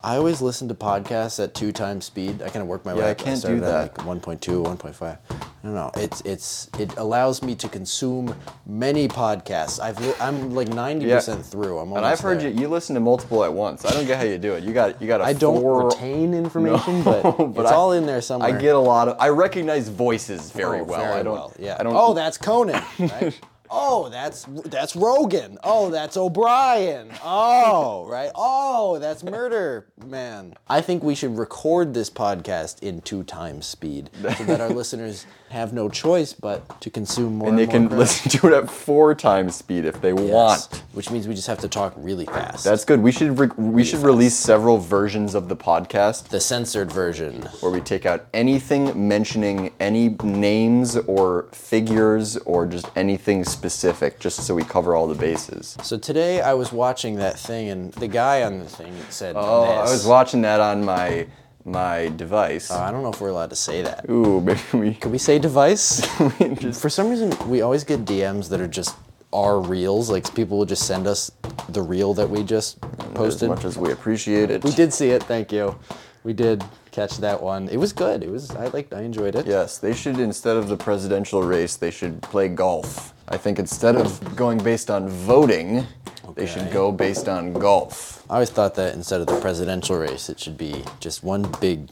I always listen to podcasts at two times speed. I kind of work my way. I up. can't started do at, that. Like 1.2, 1.5. I don't know. It's it's it allows me to consume many podcasts. I've li- I'm like 90 percent through. I'm and I've almost heard there. you you listen to multiple at once. I don't get how you do it. You got you got a I don't four, retain information, but, but it's I- all in there somewhere. I get a lot of I recognize voices very Oh, well. I don't Yeah. I don't oh, that's Conan. Right? oh, that's that's Rogan. Oh, that's O'Brien. Oh, right. Oh, that's Murder Man. I think we should record this podcast in two times speed so that our listeners have no choice but to consume more. and they more can crap. listen to it at four times speed if they Yes, want. Which means we just have to talk really fast. That's good. We should re- we should release several versions of the podcast the censored version. where we take out anything mentioning any names or figures or just anything specific, just so we cover all the bases. So today I was watching that thing, and the guy on the thing said, Oh, this. I was watching that on my my device. I don't know if we're allowed to say that. Ooh, maybe we. Can we say device? For some reason, we always get DMs that are just our reels. Like people will just send us the reel that we just As posted. much as we appreciate it. We did see it. Thank you. We did catch that one. It was good. It was. I liked. I enjoyed it. Yes, they should instead of the presidential race, they should play golf. I think instead of going based on voting, they should Okay. go based on golf. I always thought that instead of the presidential race, it should be just one big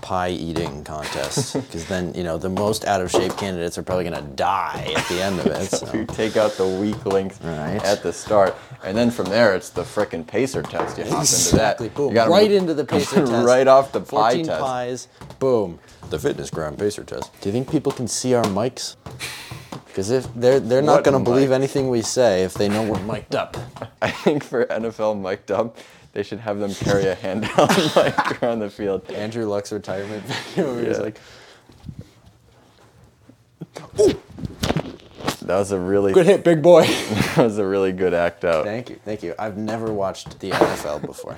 pie eating contest. Because then, you know, the most out of shape candidates are probably going to die at the end of it. So. You take out the weak links Right. at the start, and then from there it's the frickin' pacer test. You hop Exactly. into that, Boom. You gotta Right move- into the pacer test. right off the pie 14 test. pies. Boom. The fitness gram pacer test. Do you think people can see our mics? Because if they're they're not What going to believe mics? anything we say if they know we're mic'd up. I think for NFL mic'd up, they should have them carry a handheld mic around the field. Andrew Luck's retirement video. He was Yeah. like, That was a really "Good hit, big boy." that was a really good act out. Thank you, thank you. I've never watched the NFL before.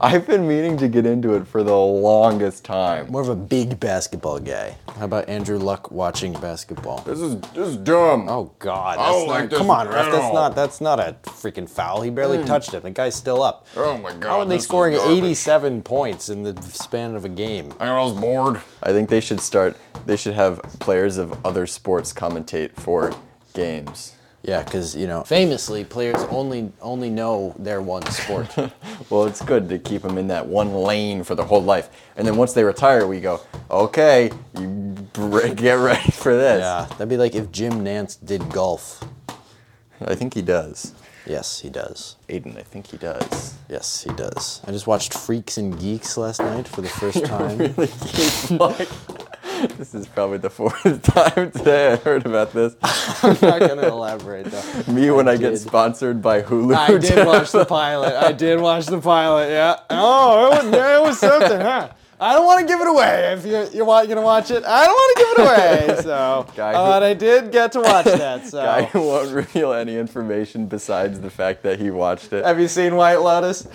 I've been meaning to get into it for the longest time. More of a big basketball guy. How about Andrew Luck watching basketball? This is this is dumb. Oh God! That's I don't not, like this come on, ref. at That's all. not. That's not a freaking foul. He barely touched it. The guy's still up. Oh my god. How are they this is scoring garbage. 87 points in the span of a game? I was bored. I think they should start. They should have players of other sports commentate for games. Yeah, because you know, famously, players only only know their one sport. Well, it's good to keep them in that one lane for their whole life, and then once they retire, we go, okay, you br- get ready for this. yeah, that'd be like if Jim Nance did golf. I think he does. Yes, he does. Aiden, I think he does. Yes, he does. I just watched Freaks and Geeks last night for the first time. this is probably the fourth time today I heard about this. I'm not gonna elaborate though. Me when I, get did. sponsored by Hulu. I did watch the pilot. I did watch the pilot. Yeah. Oh, it was, it was something, huh? I don't want to give it away. If you're, you're wa- gonna watch it, I don't want to give it away. So, Guy who- but I did get to watch that. So, Guy who won't reveal any information besides the fact that he watched it. have you seen White Lotus?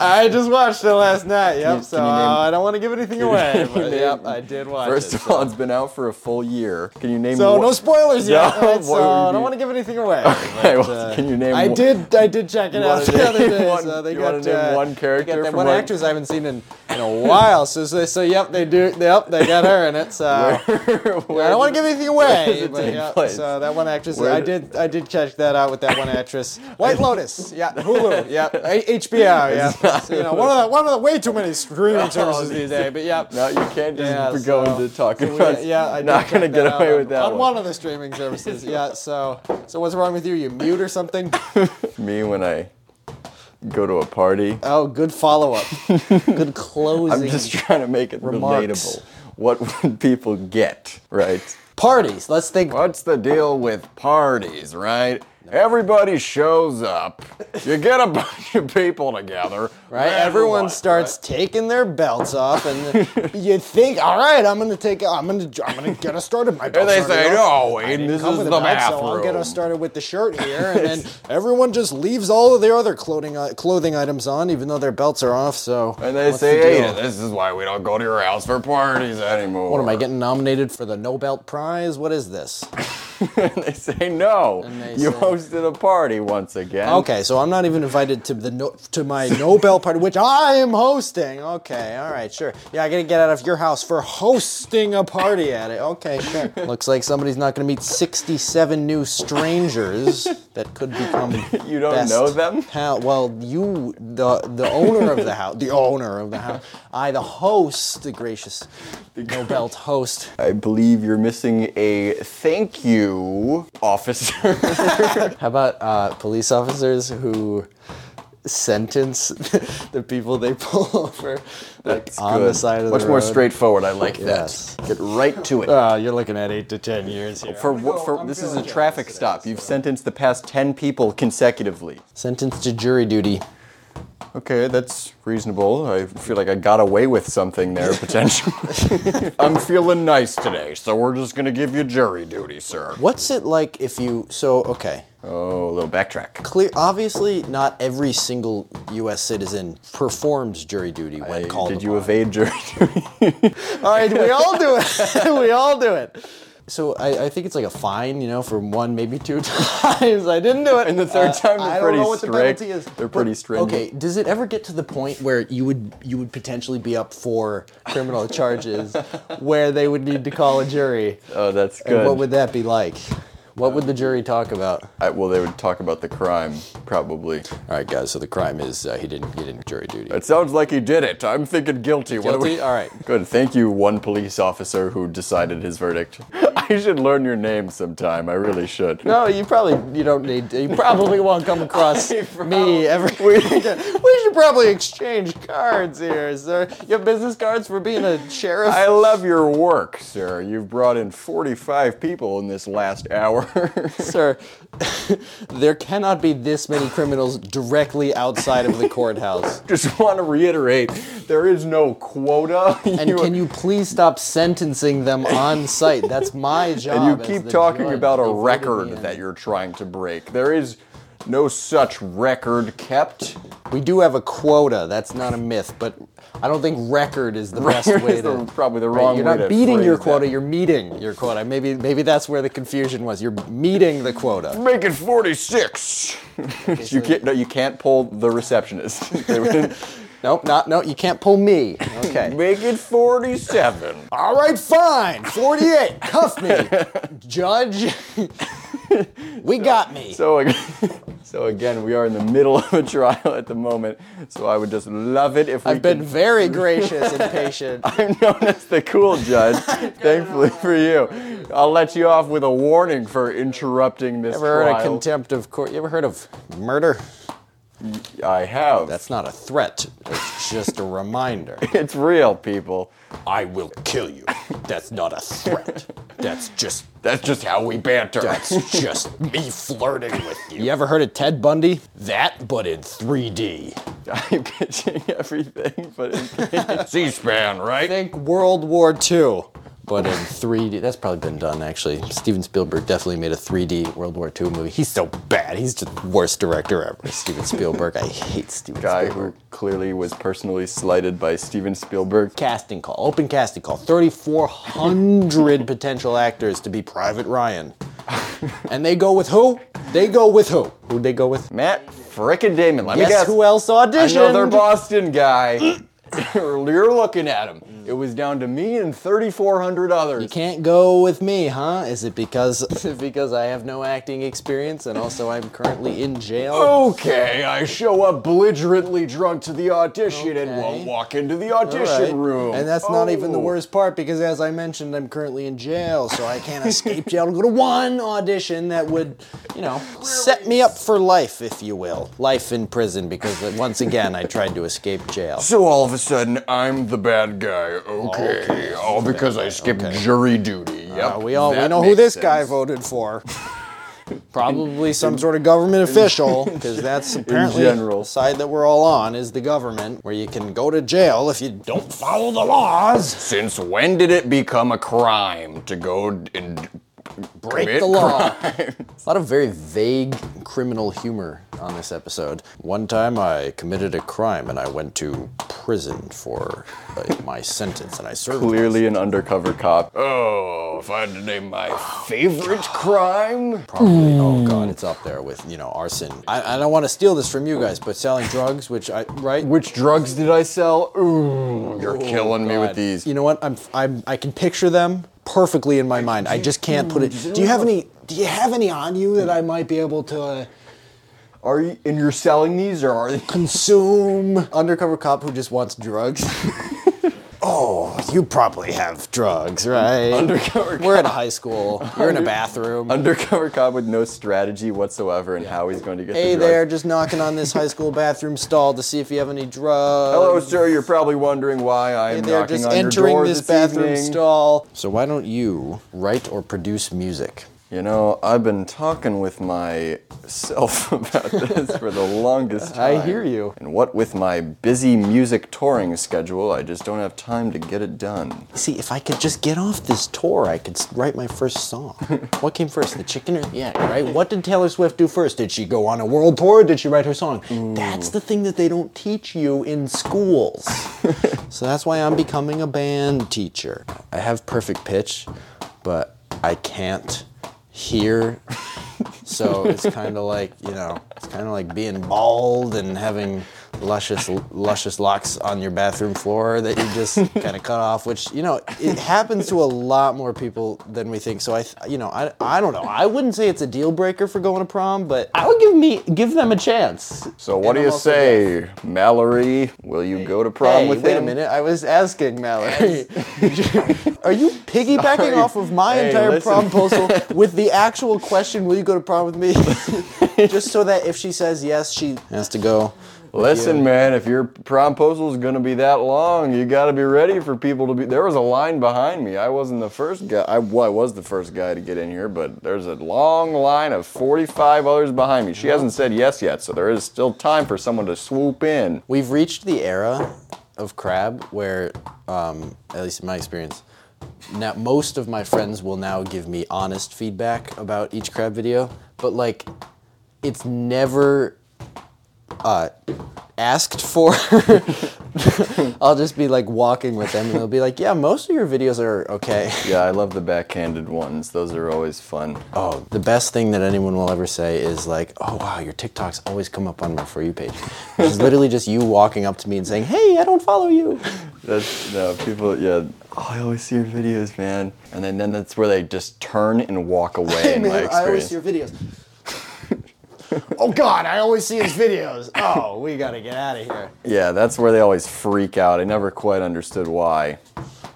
I just watched it last night. Yep. so you name- uh, I don't want to give anything away. But, name- yep, I did watch First it. of all, it's been out for a full year. Can you name? so one- no spoilers yet. No, right? So what would uh, I you- don't want to give anything away. Okay, but, well, uh, can you name? I one- did. I did check it out wanna the other name day. one- so they you got wanna name uh, one They character got that from one one- actress I haven't seen in, in a while. So, so so yep, they do. Yep, they got her in it. So I don't want to give anything does away. it But take yeah, place? so that one actress. Where I do- did. I did catch that out with that one actress. White Lotus. Yeah, Hulu. Yeah, A- HBO. Yeah, so, you know one of the one of the way too many Oh, streaming services these days. But yeah. No, you can't just Yeah, be going so- to talk We- about. yeah, I did not gonna check get that out away on- with that on one. one of the streaming services. yeah, so so what's wrong with you? You mute or something? Me when I go to a party, Oh, good follow up. good closing. I'm just trying to make it Remarks. relatable. What would people get, right? Parties. Let's think. What's the deal with parties, right? Everybody shows up. You get a bunch of people together, Right? Everyone starts taking their belts off, and you think, "All right, I'm gonna take. I'm gonna. I'm gonna get us started." My And belt they started say, off. "No, I Aiden, didn't this come is with a the belt, So I'll get bathroom." us started with the shirt here, and then everyone just leaves all of their other clothing uh, clothing items on, even though their belts are off. So And they what's the say, deal? hey, this is why we don't go to your house for parties anymore. What am I getting nominated for the Nobel Prize? What is this? they say no. they you say- hosted a party once again. Okay, so I'm not even invited to the no, to my Nobel party, which I am hosting. Okay, all right, sure. Yeah, I gotta get out of your house for hosting a party at it. Okay, sure. Looks like somebody's not gonna meet 67 new strangers that could become. You don't best know them? pal- well, you, the the owner of the house, the owner of the house, I, the host, the gracious Nobel host. I believe you're missing a thank you, officer. How about uh, police officers who sentence the people they pull over like That's on the good. side of Much the road? more straightforward. I like Yes. that. Get right to it. Uh, you're looking at eight to ten years here. for what? For this is a traffic stop. You've sentenced the past ten people consecutively. Sentenced to jury duty. Okay, that's reasonable. I feel like I got away with something there potentially. I'm feeling nice today, so we're just gonna give you jury duty, sir. What's it like if you? So okay, Oh, a little backtrack. clear. Obviously, not every single U.S. citizen performs jury duty when called. Did you upon. evade jury duty? All right, we all do it. we all do it. So I, I think it's like a fine, you know, for one, maybe two times. I didn't do it. Uh, And the third time, they're I don't pretty know what the strict. penalty is. They're pretty stringent. Okay, does it ever get to the point where you would you would potentially be up for criminal charges, where they would need to call a jury? Oh, that's good. And what would that be like? What would the jury talk about? I, well, they would talk about the crime, probably. All right, guys. So the crime is uh, he didn't get into jury duty. It sounds like he did it. I'm thinking guilty. What do Guilty? we- All right. Good. Thank you, one police officer who decided his verdict. I should learn your name sometime. I really should. No, you probably you don't need. To, you probably won't come across me ever. We- We, should probably exchange cards here, sir. You have business cards for being a sheriff. I love your work, sir. You've brought in 45 people in this last hour. Sir, there cannot be this many criminals directly outside of the courthouse. Just want to reiterate there is no quota. And can you please stop sentencing them on site? That's my job. And you as keep the talking judge. about They a voted me record in. that you're trying to break. There is no such record kept. We do have a quota. That's not a myth, but I don't think record is the best way Is to. the- probably the Right, wrong you're way not to beating your phrase quota that. you're meeting your quota maybe maybe that's where the confusion was you're meeting the quota Make it 46. you can't. No, you can't pull the receptionist. They would- nope not no you can't pull me okay Make it 47. all right fine 48 cuff me judge we got me So again, so again, we are in the middle of a trial at the moment. So I would just love it if we i've been could- very gracious and patient I'm known as the cool judge. thankfully for you, I'll let you off with a warning for interrupting this ever heard of trial. contempt of court you ever heard of murder I have. that's not a threat it's just a reminder it's real, people. i will kill you that's not a threat that's just That's just how we banter. That's just me flirting with you. You ever heard of Ted Bundy? That, but in 3D. I'm pitching everything, but in C-SPAN, right? Think World War II, but in 3D. That's probably been done, actually. Steven Spielberg definitely made a 3D World War II movie. He's so bad. He's just the worst director ever. Steven Spielberg. I hate Steven guy Spielberg. who clearly was personally slighted by Steven Spielberg. Casting call, open casting call. 3,400 potential actors to be Private Ryan. And they go with who? They go with who? Who'd they go with? Matt frickin' Damon. Let Guess, me guess. who else I auditioned? know they're Boston guy. You're looking at him. It was down to me and 3,400 You others. can't go with me, huh? Is it because is it because I have no acting experience and also I'm currently in Oh, jail? Okay, I show up belligerently drunk to the audition and Okay. won't walk into the All audition right. room. And that's not even the Oh. worst part because as I mentioned, I'm currently in jail, so I can't escape jail to go to one audition that would, you know, set me up for life, if you will. Life in prison because uh, once again I tried to escape jail. So all of a sudden, I'm the bad guy. Okay, all because I skipped jury duty. Yep, Uh, we all we that know who this makes guy sense. voted for. Probably some sort of government official, because that's apparently general. the side that we're all on is the government, where you can go to jail if you don't follow the laws. Since when did it become a crime to go and Break commit the law. A lot of very vague criminal humor on this episode. One time I committed a crime and I went to prison for uh, my sentence, and I served. Clearly an undercover cop. Oh, if I had to name my favorite crime, Probably, oh god, it's up there with you know arson. I, I don't want to steal this from you guys, but selling drugs, which I right. which drugs did I sell? Ooh, you're killing me with God. these. You know what? I'm, I'm I can picture them perfectly in my mind. I just can't put it. Do you have any? Do you have any on you that I might be able to uh, Are you and you're selling these or are they? consume? Undercover cop who just wants drugs. oh, you probably have drugs, right? Undercover We're at a high school. You're in a bathroom. Undercover cop with no strategy whatsoever and how he's going to get Hey the drugs. there, just knocking on this high school bathroom stall to see if you have any drugs. Hello, sir. You're probably wondering why I'm They're knocking just on your entering door this bathroom stall. So why don't you write or produce music? You know, I've been talking with myself about this for the longest I time. hear you. And what with my busy music touring schedule, I just don't have time to get it done. See, if I could just get off this tour, I could s- write my first song. what came first, the chicken or the egg, right? What did Taylor Swift do first? Did she go on a world tour or did she write her song? That's the thing that they don't teach you in schools. so that's why I'm becoming a band teacher. I have perfect pitch, but I can't hear. So it's kind of like, you know, it's kind of like being bald and having luscious luscious locks on your bathroom floor that you just kind of cut off which you know it happens to a lot more people than we think so i th- you know I, I don't know i wouldn't say it's a deal breaker for going to prom but i would give me give them a chance So what And do I'm you also say, Mallory? Will you go to prom hey, with wait him? a minute. I was asking Mallory. Are you piggybacking Sorry. off of my Hey, entire listen. prom proposal with the actual question, will you go to prom with me? Just so that if she says yes, she has to go. Listen, man, if your promposal is gonna be that long, you gotta be ready for people to be. There was a line behind me. I wasn't the first guy. I, well, I was the first guy to get in here, but there's a long line of 45 others behind me. She hasn't said yes yet, so there is still time for someone to swoop in. We've reached the era of crab where, um, at least in my experience, now most of my friends will now give me honest feedback about each crab video, but like, it's never uh, asked for. I'll just be like walking with them, and they'll be like, "Yeah, most of your videos are okay." Yeah, I love the backhanded ones. Those are always fun. Oh, the best thing that anyone will ever say is like, "Oh wow, your TikToks always come up on my for you page." Which is literally just you walking up to me and saying, "Hey, I don't follow you." That's no people. Yeah, oh, I always see your videos, man. And then, then that's where they just turn and walk away. in my Man, experience. I always see your videos. oh God, I always see his videos. Oh, we gotta get out of here. Yeah, that's where they always freak out. I never quite understood why.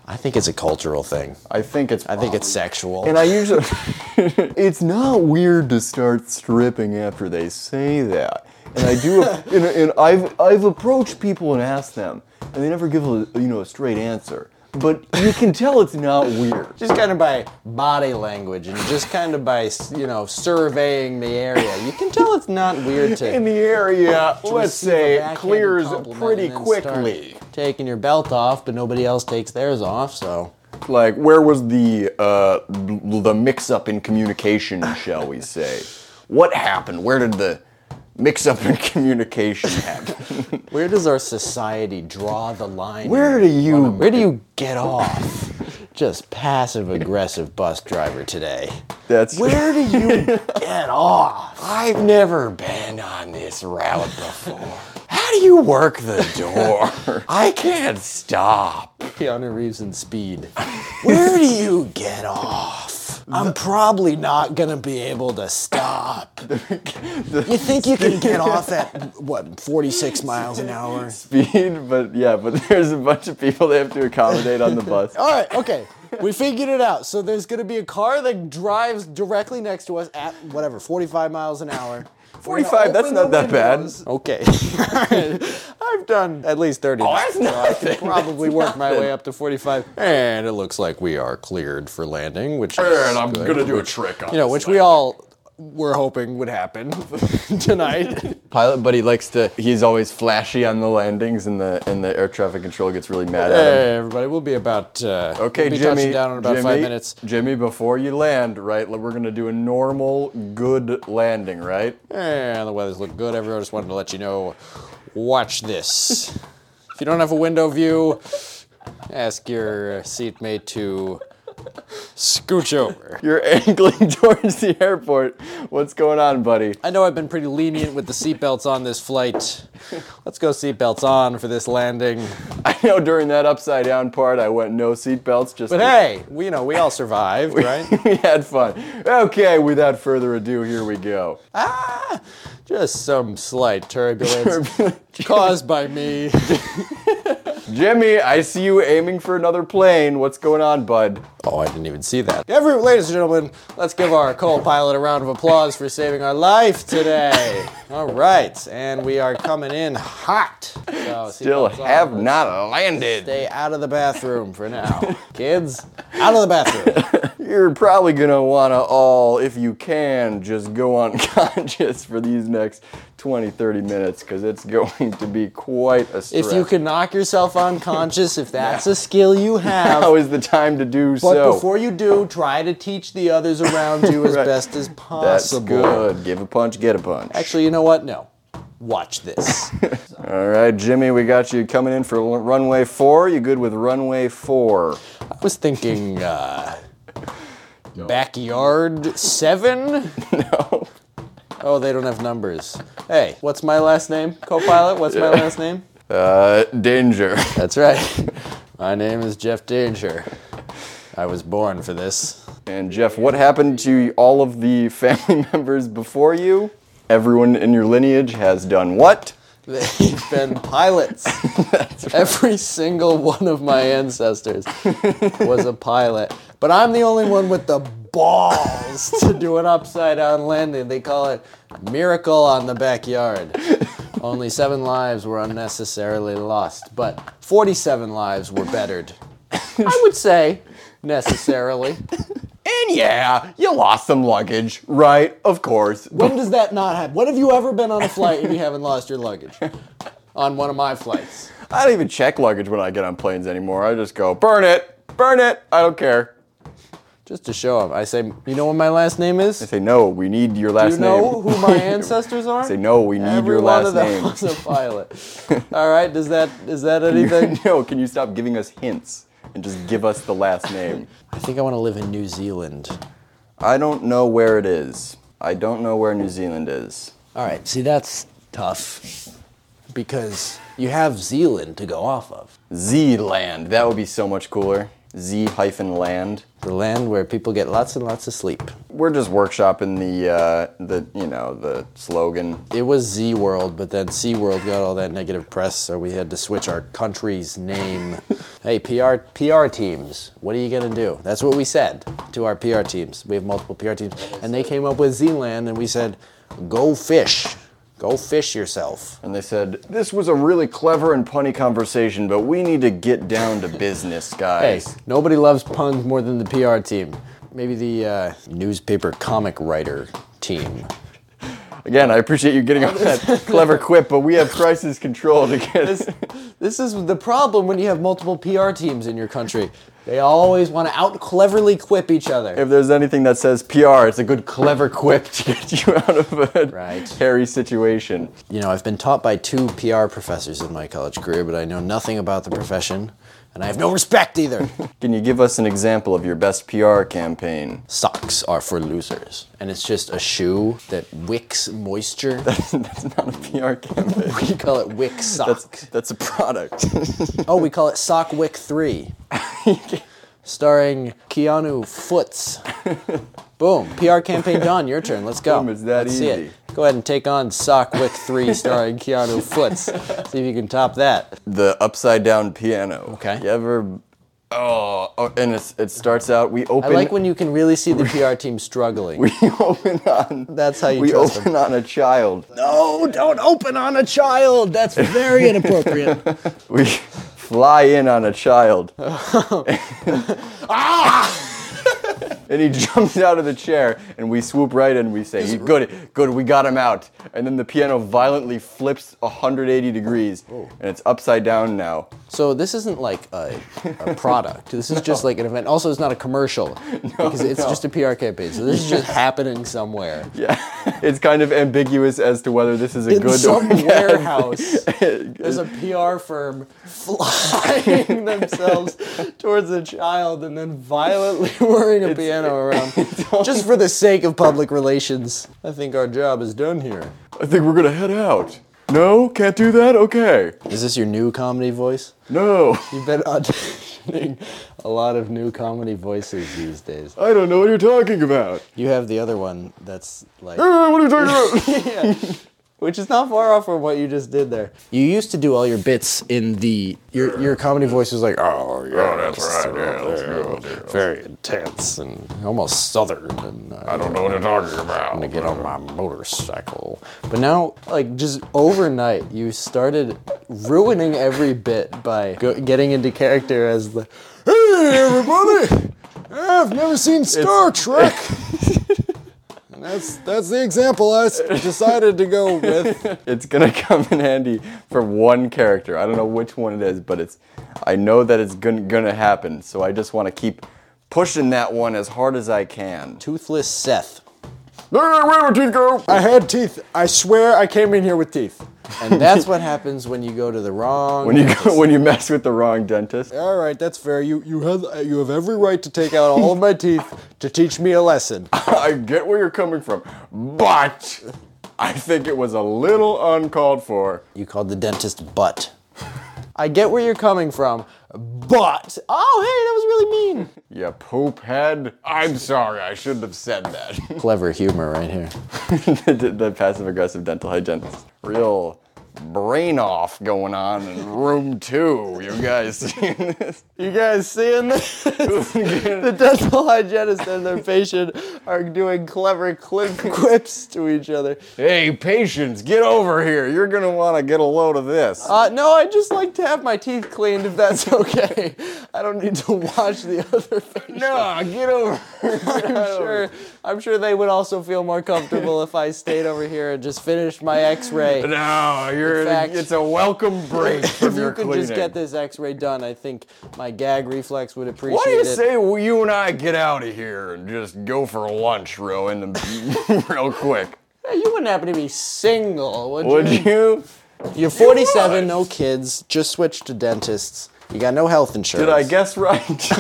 I think it's a cultural thing. I think it's. I think it's sexual. And I usually. it's not weird to start stripping after they say that. And I do. and, and I've I've approached people and asked them, and they never give a you know a straight answer. But you can tell it's not weird. just kind of by body language and just kind of by you know surveying the area, you can tell it's not weird to. In the area, let's receive a say it backhanded clears compliment pretty and then start quickly. Taking your belt off, but nobody else takes theirs off, so. Like where was the uh, l- the mix up in communication, shall we say? What happened? Where did the mix up in communication happen? Where does our society draw the line? Where do you- Where do you get off? Just passive aggressive bus driver today. That's Where do you get off? I've never been on this route before. How do you work the door? I can't stop. Keanu Reeves and Speed. Where do you get off? I'm probably not gonna be able to stop. You think you can get off at what 46 miles an hour? Speed, but yeah, but there's a bunch of people they have to accommodate on the bus. All right, okay. We figured it out. So there's going to be a car that drives directly next to us at whatever, 45 miles an hour. We're gonna 45, that's open not the that bad. windows. Okay. All right. I've done at least 30. Oh, that's so I can nothing. probably work my way up to 45. And it looks like we are cleared for landing, which is good. gonna do a trick on you know, which we all were hoping would happen tonight. pilot, but he likes to he's always flashy on the landings and the and the air traffic control gets really mad at him. Hey, everybody, we'll be about uh, Okay, we'll be Jimmy. touching down in about Jimmy, five minutes. Jimmy, before you land, right? We're gonna do a normal, good landing, right? And the weather's looking good. Everyone just wanted to let you know. Watch this. if you don't have a window view, ask your seatmate to Scooch over. You're angling towards the airport. What's going on, buddy? I know I've been pretty lenient with the seatbelts on this flight. Let's go seatbelts on for this landing. I know during that upside down part, I went no seatbelts. Just But hey, we, you know, we all survived, right? we had fun. Okay, without further ado, here we go. ah, just some slight turbulence caused by me. Jimmy, I see you aiming for another plane. What's going on, bud? Oh, I didn't even see that. Every, ladies and gentlemen, let's give our co-pilot a round of applause for saving our life today. All right, and we are coming in hot. So, Still seatbelts on. have not landed. Stay out of the bathroom for now, kids. Out of the bathroom. You're probably gonna wanna all, if you can, just go unconscious for these next 20, 30 minutes, because it's going to be quite a stress. If you can knock yourself unconscious, if that's a skill you have. now is the time to do But so. before you do, try to teach the others around you as Right. best as That's possible. good. Give a punch, get a punch. Actually, you know what? No. Watch this. All right, Jimmy, we got you coming in for l- runway four. You good with runway four? I was thinking uh, backyard seven. No. Oh, they don't have numbers. Hey, what's my last name? Co-pilot, what's my last name? Uh, danger. That's right. my name is Jeff Danger. I was born for this. And Jeff, what happened to all of the family members before you? Everyone in your lineage has done what? They've been pilots. Every single one of my ancestors was a pilot. But I'm the only one with the balls to do an upside down landing. They call it Miracle on the Backyard. Only seven lives were unnecessarily lost, but 47 lives were bettered. I would say necessarily. And yeah, you lost some luggage, right? Of course. When does that not happen? When have you ever been on a flight and you haven't lost your luggage? On one of my flights. I don't even check luggage when I get on planes anymore. I just go, burn it, burn it. I don't care. Just to show him, I say, you know what my last name is? Say no. We need your last You know name. who my ancestors are? Say no. We need Every your one last of them name. was a pilot. All right, does that is that anything? no, can you stop giving us hints and just give us the last name? I think I want to live in New Zealand. I don't know where it is. I don't know where New Zealand is. All right, see that's tough because you have Zealand to go off of, Z-land. That would be so much cooler. Z hyphen land. the land where people get lots and lots of sleep. We're just workshopping the uh, the you know the slogan. It was Z World, but then Sea World got all that negative press, so we had to switch our country's name. hey, PR PR teams, what are you gonna do? That's what we said to our PR teams. We have multiple PR teams, and they came up with Zealand, and we said, "Go fish, go fish yourself." And they said this was a really clever and punny conversation, but we need to get down to business, Hey, guys. nobody loves puns more than the PR team. Maybe the uh, newspaper comic writer team. Again, I appreciate you getting on that clever quip, but we have crisis control to get. This is the problem when you have multiple PR teams in your country. They always want to out cleverly quip each other. if there's anything that says PR, it's a good clever quip to get you out of a Right. hairy situation. you know, I've been taught by two PR professors in my college career, but I know nothing about the profession, and I have no respect either. Can you give us an example of your best PR campaign? Socks are for losers, and it's just a shoe that wicks moisture. That's not a PR campaign. we call it Wick Sock. That's, that's a product. Oh, we call it Sock Wick 3. Starring Keanu Foots. Boom. PR campaign done. Your turn. Let's go. Boom, it's that Let's see easy. it. Go ahead and take on Sock Wick 3 starring Keanu Foots. See if you can top that. the upside down piano. Okay. You ever? Oh, oh, and it's, it starts out. We I open. like when you can really see the PR team struggling. we open on. That's how you We trust open on a child. No, don't open on a child. That's very inappropriate. We fly in on a child. Ah! and he jumps out of the chair, and we swoop right in. We say, "Good, good, we got him out." And then the piano violently flips 180 degrees, Oh. and it's upside down now. so this isn't like a, a product. This is just like an event. Also, it's not a commercial because it's just a PR campaign. So this is just happening somewhere. Yeah. it's kind of ambiguous as to whether this is a in good some or bad warehouse. thing. There's a PR firm flying themselves towards a child and then violently whirring a piano around. Just for the sake of public relations, I think our job is done here. I think we're gonna head out. No, can't do that. Okay, Is this your new comedy voice? no. You've been auditioning a lot of new comedy voices these days. I don't know what you're talking about. You have the other one that's like. Uh, What are you talking about? Which is not far off from what you just did there. You used to do all your bits in the your your comedy voice was like, oh yeah, that's right, very intense and almost southern, and uh, I don't know what you're talking about. to get on my motorcycle. But now, like, just overnight, you started ruining every bit by go- getting into character as the, hey, everybody, I've never seen Star Trek. And That's that's the example I s- decided to go with. it's gonna come in handy for one character. I don't know which one it is, but it's. I know that it's gonna gonna happen, so I just want to keep pushing that one as hard as I can. Toothless Seth. Where where did it go? I had teeth. I swear I came in here with teeth. And that's what happens when you go to the wrong. When you go, when you mess with the wrong dentist. All right, that's fair. You you have you have every right to take out all of my teeth to teach me a lesson. I get where you're coming from, but I think it was a little uncalled for. You called the dentist butt. I get where you're coming from, but oh hey, that was really mean. You poop head. I'm sorry, I shouldn't have said that. Clever humor right here. the, the passive aggressive dental hygienist. Real brain off going on in room two. You guys seeing this? You guys seeing this? the dental hygienist and their patient are doing clever clip quips to each other. Hey, patients, get over here. You're gonna wanna get a load of this. Uh, no, I just like to have my teeth cleaned if that's okay. I don't need to wash the other face. no, get over. I'm sure, I'm sure they would also feel more comfortable if I stayed over here and just finished my x-ray. No, you're. In fact- it's a welcome break from If your you could cleaning. just get this x-ray done, I think my gag reflex would appreciate Why do you it. say we- you and I get out of here and just go for lunch, Rowan, and- real quick? Hey, you wouldn't happen to be single, would, Would you? you? You're 47, no kids, just switched to dentists. You got no health insurance. Did I guess right?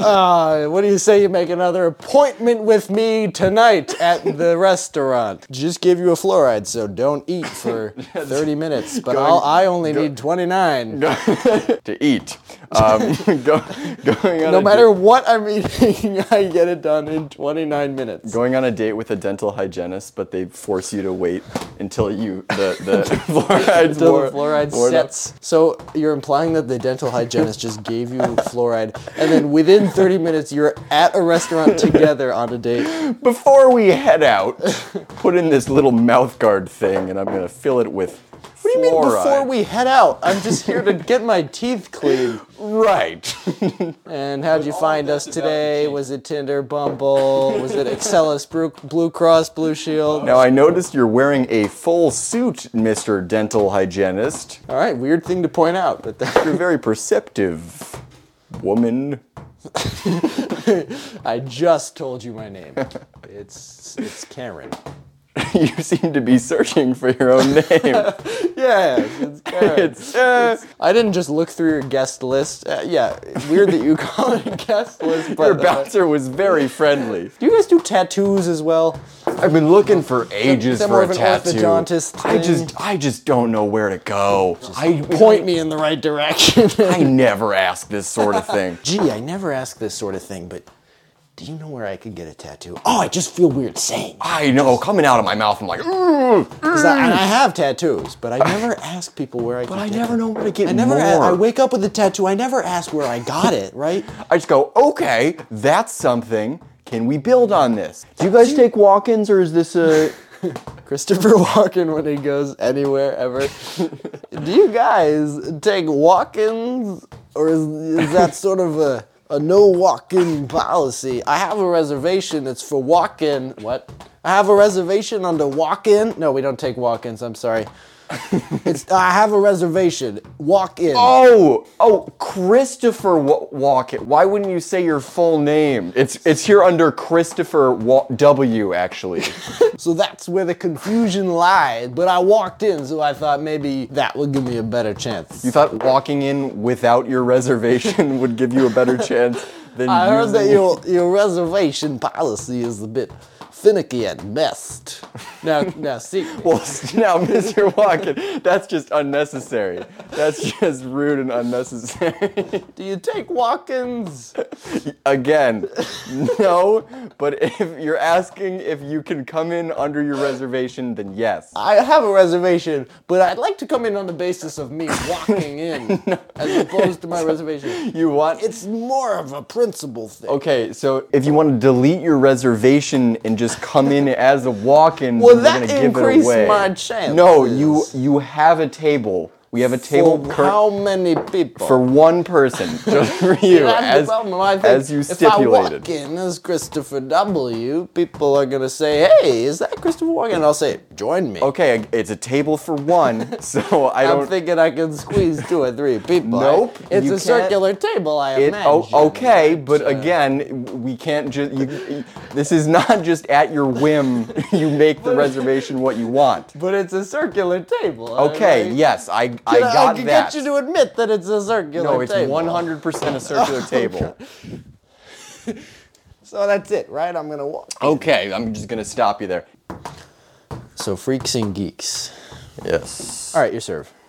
Uh, what do you say you make another appointment with me tonight at the restaurant? Just give you a fluoride, so don't eat for 30 minutes. But I'll, I only need 29. to eat. Um, go, going on no a matter da- what I'm eating, I get it done in 29 minutes. going on a date with a dental hygienist, but they force you to wait until you the the fluoride's Until wore- the fluoride worn up. sets. So you're implying that the dental hygienist just gave you fluoride, and then within 30 minutes you're at a restaurant together on a date. Before we head out, put in this little mouth guard thing, and I'm gonna fill it with. What do you mean before we head out? I'm just here to get my teeth cleaned. Right. And how'd you find us about the today? teeth. Was it Tinder, Bumble? Was it Excellus, Blue, Blue Cross, Blue Shield? now I noticed you're wearing a full suit, Mr. Dental Hygienist. All right, weird thing to point out, but that, You're very perceptive, woman. I just told you my name. It's it's Karen. you seem to be searching for your own name. Yes, it's Karen. it's, uh, I didn't just look through your guest list. Uh, yeah, weird that you call it a guest list, but Your uh, bouncer was very friendly. do you guys do tattoos as well? I've been looking for ages that for more a of an tattoo. orthodontist I thing? just, I just don't know where to go. I Point me in the right direction. I never ask this sort of thing. Gee, I never ask this sort of thing, but do you know where I could get a tattoo? Oh, I just feel weird saying. I know, coming out of my mouth, I'm like, "Ooh," Because I, and I have tattoos, but I never ask people where I. but I never know where to get I never. more. a- I wake up with a tattoo. I never ask where I got it. Right? I just go, okay, that's something. Can we build on this? Do you guys take walk-ins, or is this a? Christopher Walken when he goes anywhere ever. Do you guys take walk-ins, or is, is that sort of a a no walk-in policy? I have a reservation. It's for walk-in. What? I have a reservation on the walk-in. No, we don't take walk-ins. I'm sorry. it's I have a reservation. Walk in. Oh, oh, Christopher Wa- Walken. Why wouldn't you say your full name? It's it's here under Christopher Wa- W. Actually, So that's where the confusion lied. But I walked in, so I thought maybe that would give me a better chance. you thought walking in without your reservation would give you a better chance than I heard that using- your your reservation policy is a bit finicky at best. Now, now see. Well, now, Mr. Walken, that's just unnecessary. That's just rude and unnecessary. do you take walk-ins? Again, no, but if you're asking if you can come in under your reservation, then yes. I have a reservation, but I'd like to come in on the basis of me walking in, as opposed to my reservation. You want. It's more of a principle thing. Okay, so if you want to delete your reservation and just come in as a walk-in, Well, then that we're gonna increased give it away. my chances. No, you you have a table. We have a table For cur- how many people? for one person, just for you, That's the as, problem. I think as you If stipulated. I walk in as Christopher W, people are gonna say, "Hey, is that Christopher Walken?" I'll say, "Join me." Okay, it's a table for one, so I I'm don't. thinking I can squeeze two or three people. Nope, it's you a circular table. I It, imagine. oh, okay, but again, we can't just. You, this is not just at your whim. You make the reservation what you want. But it's a circular table. Okay, alright? yes, I, I Can I, I got can that. get you to admit that it's a circular no, it's table. 100% a circular table. So that's it, right? I'm gonna walk. Okay, I'm just gonna stop you there. So freaks and geeks. Yes. All right, your serve.